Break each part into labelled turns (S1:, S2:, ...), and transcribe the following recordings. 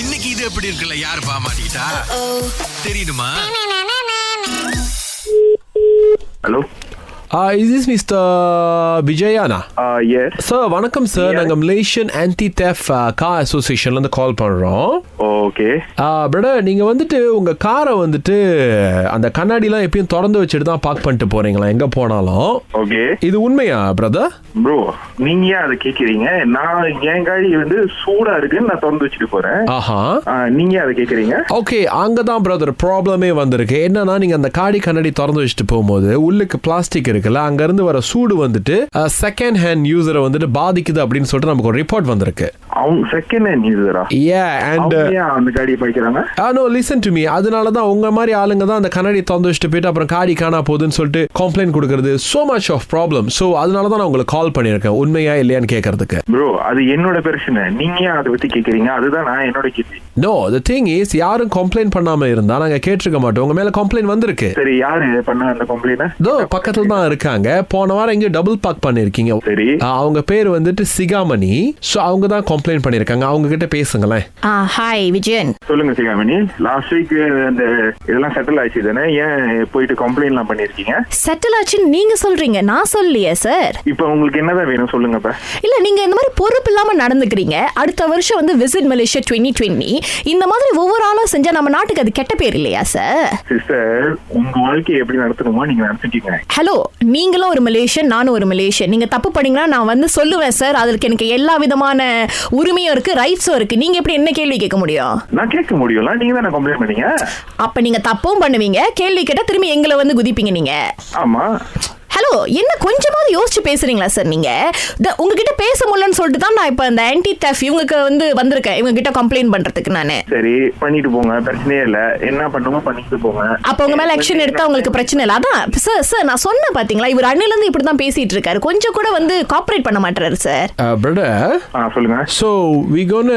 S1: இன்னைக்கு இது எப்படி இருக்குல்ல யார் பாமாட்டா தெரியுமா
S2: ஹலோ
S3: இஸ் இஸ் மிஸ்டர் விஜயானா
S2: எஸ்
S3: சார் வணக்கம் சார்
S2: Yeah.
S3: நாங்கள் மலேசியன் ஆன்டி தேஃப் கார் அசோசியேஷன்லேருந்து கால் பண்ணுறோம்
S2: ஓகே
S3: பிரடர் நீங்கள் வந்துட்டு உங்கள் காரை வந்துட்டு அந்த கண்ணாடிலாம் எப்பயும் திறந்து வச்சுட்டு தான் பார்க் பண்ணிட்டு போகிறீங்களா எங்கே போனாலும்
S2: ஓகே
S3: இது உண்மையா பிரதர்
S2: ப்ரோ நீங்க ஏன் அதை கேக்குறீங்க நான் என் காடி வந்து சூடா இருக்குன்னு நான் திறந்து வச்சுட்டு போறேன்
S3: ஆஹா
S2: ஆ, நீங்க ஏன் அதை கேக்குறீங்க
S3: ஓகே அங்கே தான் பிரதர் ப்ராப்ளமே வந்திருக்கு என்னன்னா நீங்கள் அந்த காடி கண்ணாடி திறந்து வச்சுட்டு போகும்போது உள்ளுக்கு பிளாஸ்டிக் இருக்குல்ல அங்கேருந்து வர சூடு வந்துட்டு செகண்ட் ஹேண்ட் யூசரை வந்துட்டு பாதிக்குது அப்படின்னு சொல்லிட்டு நமக்கு ஒரு ரிப்போர்ட் வந்திருக்கு
S2: அவங்க செகண்ட் ஹேண்ட் யூசரா
S3: ஏ அண்ட்
S2: அவங்க ஏன் அந்த காடியை படிக்கிறாங்க
S3: நோ லிசன் டு மீ அதனால தான் உங்க மாதிரி ஆளுங்க தான் அந்த கண்ணாடி திறந்து வச்சுட்டு போயிட்டு அப்புறம் காடி காணா போகுதுன்னு சொல்லிட்டு கம்ப்ளைண்ட் கொடுக்கறது so much of problem so அதனால தான் நான் உங்களுக்கு கால் பண்ணியிருக்கேன் உண்மையா இல்லையான்னு கேட்கறதுக்கு
S2: ப்ரோ அது என்னோட பிரச்சனை நீங்க ஏன் அதை பத்தி கேக்குறீங்க அதுதான் நான் என்னோட கேள்வி
S3: நோ த திங் இஸ் யாரும் கம்ப்ளைண்ட் பண்ணாம இருந்தா நாங்க கேட்டிருக்க மாட்டோம் உங்க மேல கம்ப்ளைண்ட் வந்திருக்கு
S2: சரி யாரு பண்ண அந்த கம்ப்ளைண்ட்
S3: தோ பக்கத்துல தான் இருக்காங்க போன வாரம் எங்கேயோ டபுள் பார்க் பண்ணிருக்கீங்க
S2: சரி
S3: அஹ், Ah, அவங்க பேர் வந்துட்டு சிகாமணி ஸோ அவங்க தான் கம்ப்ளைண்ட் பண்ணியிருக்காங்க அவங்க கிட்ட பேசுங்களேன்
S4: ஆ ஹாய் விஜயன்
S2: சொல்லுங்க சிகாமணி லாஸ்ட் வீக் அந்த இதெல்லாம் செட்டில் ஆயிடுச்சு தானே ஏன் போயிட்டு கம்ப்ளைண்ட் எல்லாம் பண்ணிருக்கீங்க
S4: செட்டில் ஆச்சுன்னு நீங்க சொல்றீங்க நான் சொல்லலையே சார்
S2: இப்ப உங்களுக்கு என்னதான் வேணும் சொல்லுங்க இப்ப
S4: இல்ல நீங்க இந்த மாதிரி பொறுப்பு இல்லாம நடந்துக்கிறீங்க அடுத்த வருஷம் வந்து விசிட் மலேசியா 2020 இந்த மாதிரி ஒவ்வொரு ஆளும் செஞ்சா நம்ம நாட்டுக்கு அது கெட்ட பேர் இல்லையா சார்
S2: சிஸ்டர் உங்க வாழ்க்கையை எப்படி நடத்தணுமோ நீங்க நடத்திட்டீங்க
S4: ஹலோ நீங்களும் ஒரு மலேசியன் நானும் ஒரு மலேசியன் நீங்க தப்பு பண்ணீங்கன்னா நான் வந்து சொல்லுவேன் சார் அதுக்கு எனக்கு எல்லா விதமான உரிமையும் இருக்கு ரைட்ஸும் இருக்கு நீங்க எப்படி என்ன கேள்வி கேட்க முடியும்
S2: நான் கேட்க முடியும்ல நீங்க தானே கம்ப்ளைண்ட் பண்ணீங்க
S4: அப்ப நீங்க தப்பும் பண்ணுவீங்க கேள்வி கேட்டா திரும்பி எங்களை வந்து குதிப்பீங்க நீங்க
S2: ஆமா
S4: ஹலோ என்ன கொஞ்சமாவது யோசிச்சு பேசுறீங்களா சார் நீங்க த- உங்ககிட்ட பேச முடியலன்னு சொல்லிட்டு தான் நான் இப்போ இந்த ஆன்டி டெஃப் இவங்களுக்கு வந்து வந்திருக்கேன் இவங்க கிட்ட கம்ப்ளைண்ட் பண்றதுக்கு நான்
S2: சரி பண்ணிட்டு போங்க பிரச்சனையே இல்ல என்ன பண்ணுமோ பண்ணிட்டு போங்க
S4: அப்ப உங்க மேல ஆக்ஷன் எடுத்தா உங்களுக்கு பிரச்சனை இல்ல அதான் சார் சார் நான் சொன்னேன் பாத்தீங்களா இவர் அண்ணில இருந்து இப்படி தான் பேசிட்டு இருக்காரு கொஞ்சம் கூட வந்து காப்பரேட் பண்ண மாட்டாரு சார்
S3: Ah, பிரடர்
S2: ஆ சொல்லுங்க
S3: so we gonna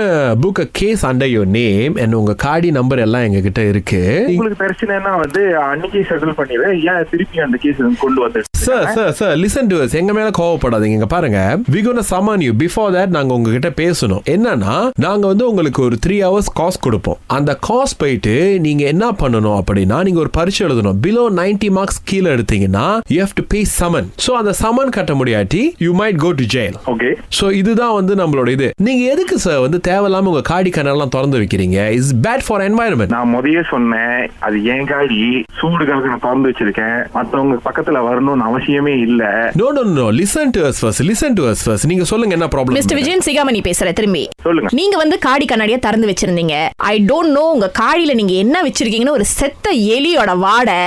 S3: book a case under your name and உங்க காடி நம்பர் எல்லாம் எங்ககிட்ட இருக்கு
S2: உங்களுக்கு பிரச்சனைனா வந்து அன்னைக்கே செட்டில் பண்ணிடு ஏன் திருப்பி அந்த கேஸ் கொண்டு வந்துட்டு
S3: sir sir sir listen to எங்க மேல கோவப்படாதீங்க இங்க பாருங்க we gonna summon you before that நாங்க உங்ககிட்ட பேசணும் என்னன்னா நாங்க வந்து உங்களுக்கு ஒரு த்ரீ ஹவர்ஸ் காஸ்ட் கொடுப்போம் அந்த காஸ்ட் போயிட்டு நீங்க என்ன பண்ணணும் அப்படின்னா நீங்க ஒரு பரிசு எழுதணும் பிலோ 90 மார்க்ஸ் கீழே எடுத்தீங்கன்னா you have to pay summon so அந்த சமன் கட்ட முடியாட்டி you might go to jail
S2: okay
S3: so இதுதான் வந்து நம்மளோட இது நீங்க எதுக்கு சார் வந்து தேவையில்லாம உங்க காடி கனெல்லாம் திறந்து வைக்கிறீங்க இஸ் பேட் ஃபார் என்வாயர்மெண்ட்
S2: நான் முதையே சொன்னேன் அது என் காடி சூடுக்காக நான் திறந்து வச்சிருக்கேன் மத்தவங்க பக்கத்துல வரணும்னு அவசியமே இல்ல
S3: no no no listen to us first listen to us first நீங்க சொல்லுங்க என்ன
S4: மிஸ்டர்
S3: ப்ராப்ளம்
S4: விஜயன் சிகாமணி பேசுறேன் திரும்பி
S2: சொல்லுங்க
S4: நீங்க வந்து காடி கண்ணாடியை திறந்து வச்சிருந்தீங்க ஐ டோன்ட் நோ உங்க காடியில நீங்க என்ன வச்சிருக்கீங்கன்னு ஒரு செத்த எலியோட வாடை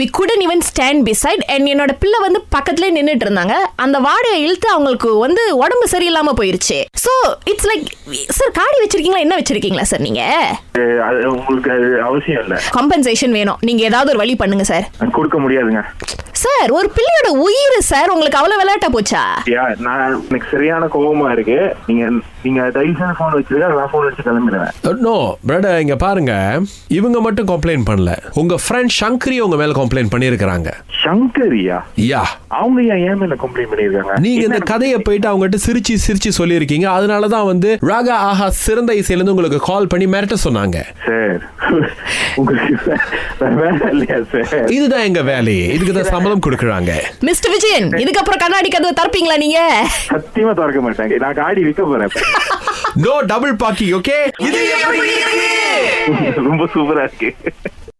S4: we couldn't even stand beside and என்னோட பிள்ளை வந்து பக்கத்துல நின்னுட்டு இருந்தாங்க அந்த வாடையை இழுத்து அவங்களுக்கு வந்து உடம்பு சரியில்லாம போயிருச்சு சோ இட்ஸ் லைக் சார் காடி வச்சிருக்கீங்களா என்ன வச்சிருக்கீங்களா சார் நீங்க
S2: அஹ், அது உங்களுக்கு அது அவசியம் இல்ல
S4: கம்பன்சேஷன் வேணும் நீங்க ஏதாவது ஒரு வழி பண்ணுங்க சார்
S2: கொடுக்க முடியாதுங்க
S4: சார் ஒரு பிள்ளையோட உயிர் சார் உங்களுக்கு அவ்வளவு விளையாட்டா போச்சா
S2: யா, நான் எனக்கு சரியான கோவமா இருக்கு நீங்க நீங்க டைசன் போன் வச்சிருக்க நான் போன் வச்சு கிளம்பிடுவேன்
S3: நோ பிரடர் Uh, இங்க பாருங்க இவங்க மட்டும் கம்ப்ளைண்ட் பண்ணல உங்க ஃப்ரெண்ட் சங்கரி உங்க மேல கம்ப்ளைண்ட் பண்ணியிருக்கிறாங்க
S2: சங்கரியா
S3: யா
S2: அவங்க ஏன் ஏன் மேல கம்ப்ளைண்ட் பண்ணிருக்காங்க
S3: நீங்க இந்த கதையை போயிட்டு அவங்ககிட்ட சிரிச்சு சிரிச்சு சொல்லியிருக்கீங்க அதனால தான் வந்து ராகா ஆஹா சிறந்த இசையிலேருந்து உங்களுக்கு கால் பண்ணி மிரட்ட சொன்னாங்க
S2: சார் உங்களுக்கு வேற வேலை இல்லையா சார்
S3: இதுதான் எங்க வேலையே இதுக்கு தான் சம்பளம் கொடுக்குறாங்க
S4: மிஸ்டர் விஜயன் இதுக்கப்புறம் கண்ணாடி கதவு தரப்பீங்களா நீங்க
S2: சத்தியமா திறக்க மாட்டாங்க நான் காடி விற்க போறேன்
S3: நோ டபுள் பாக்கி ஓகே
S2: ரொம்ப சூப்பரா இருக்கு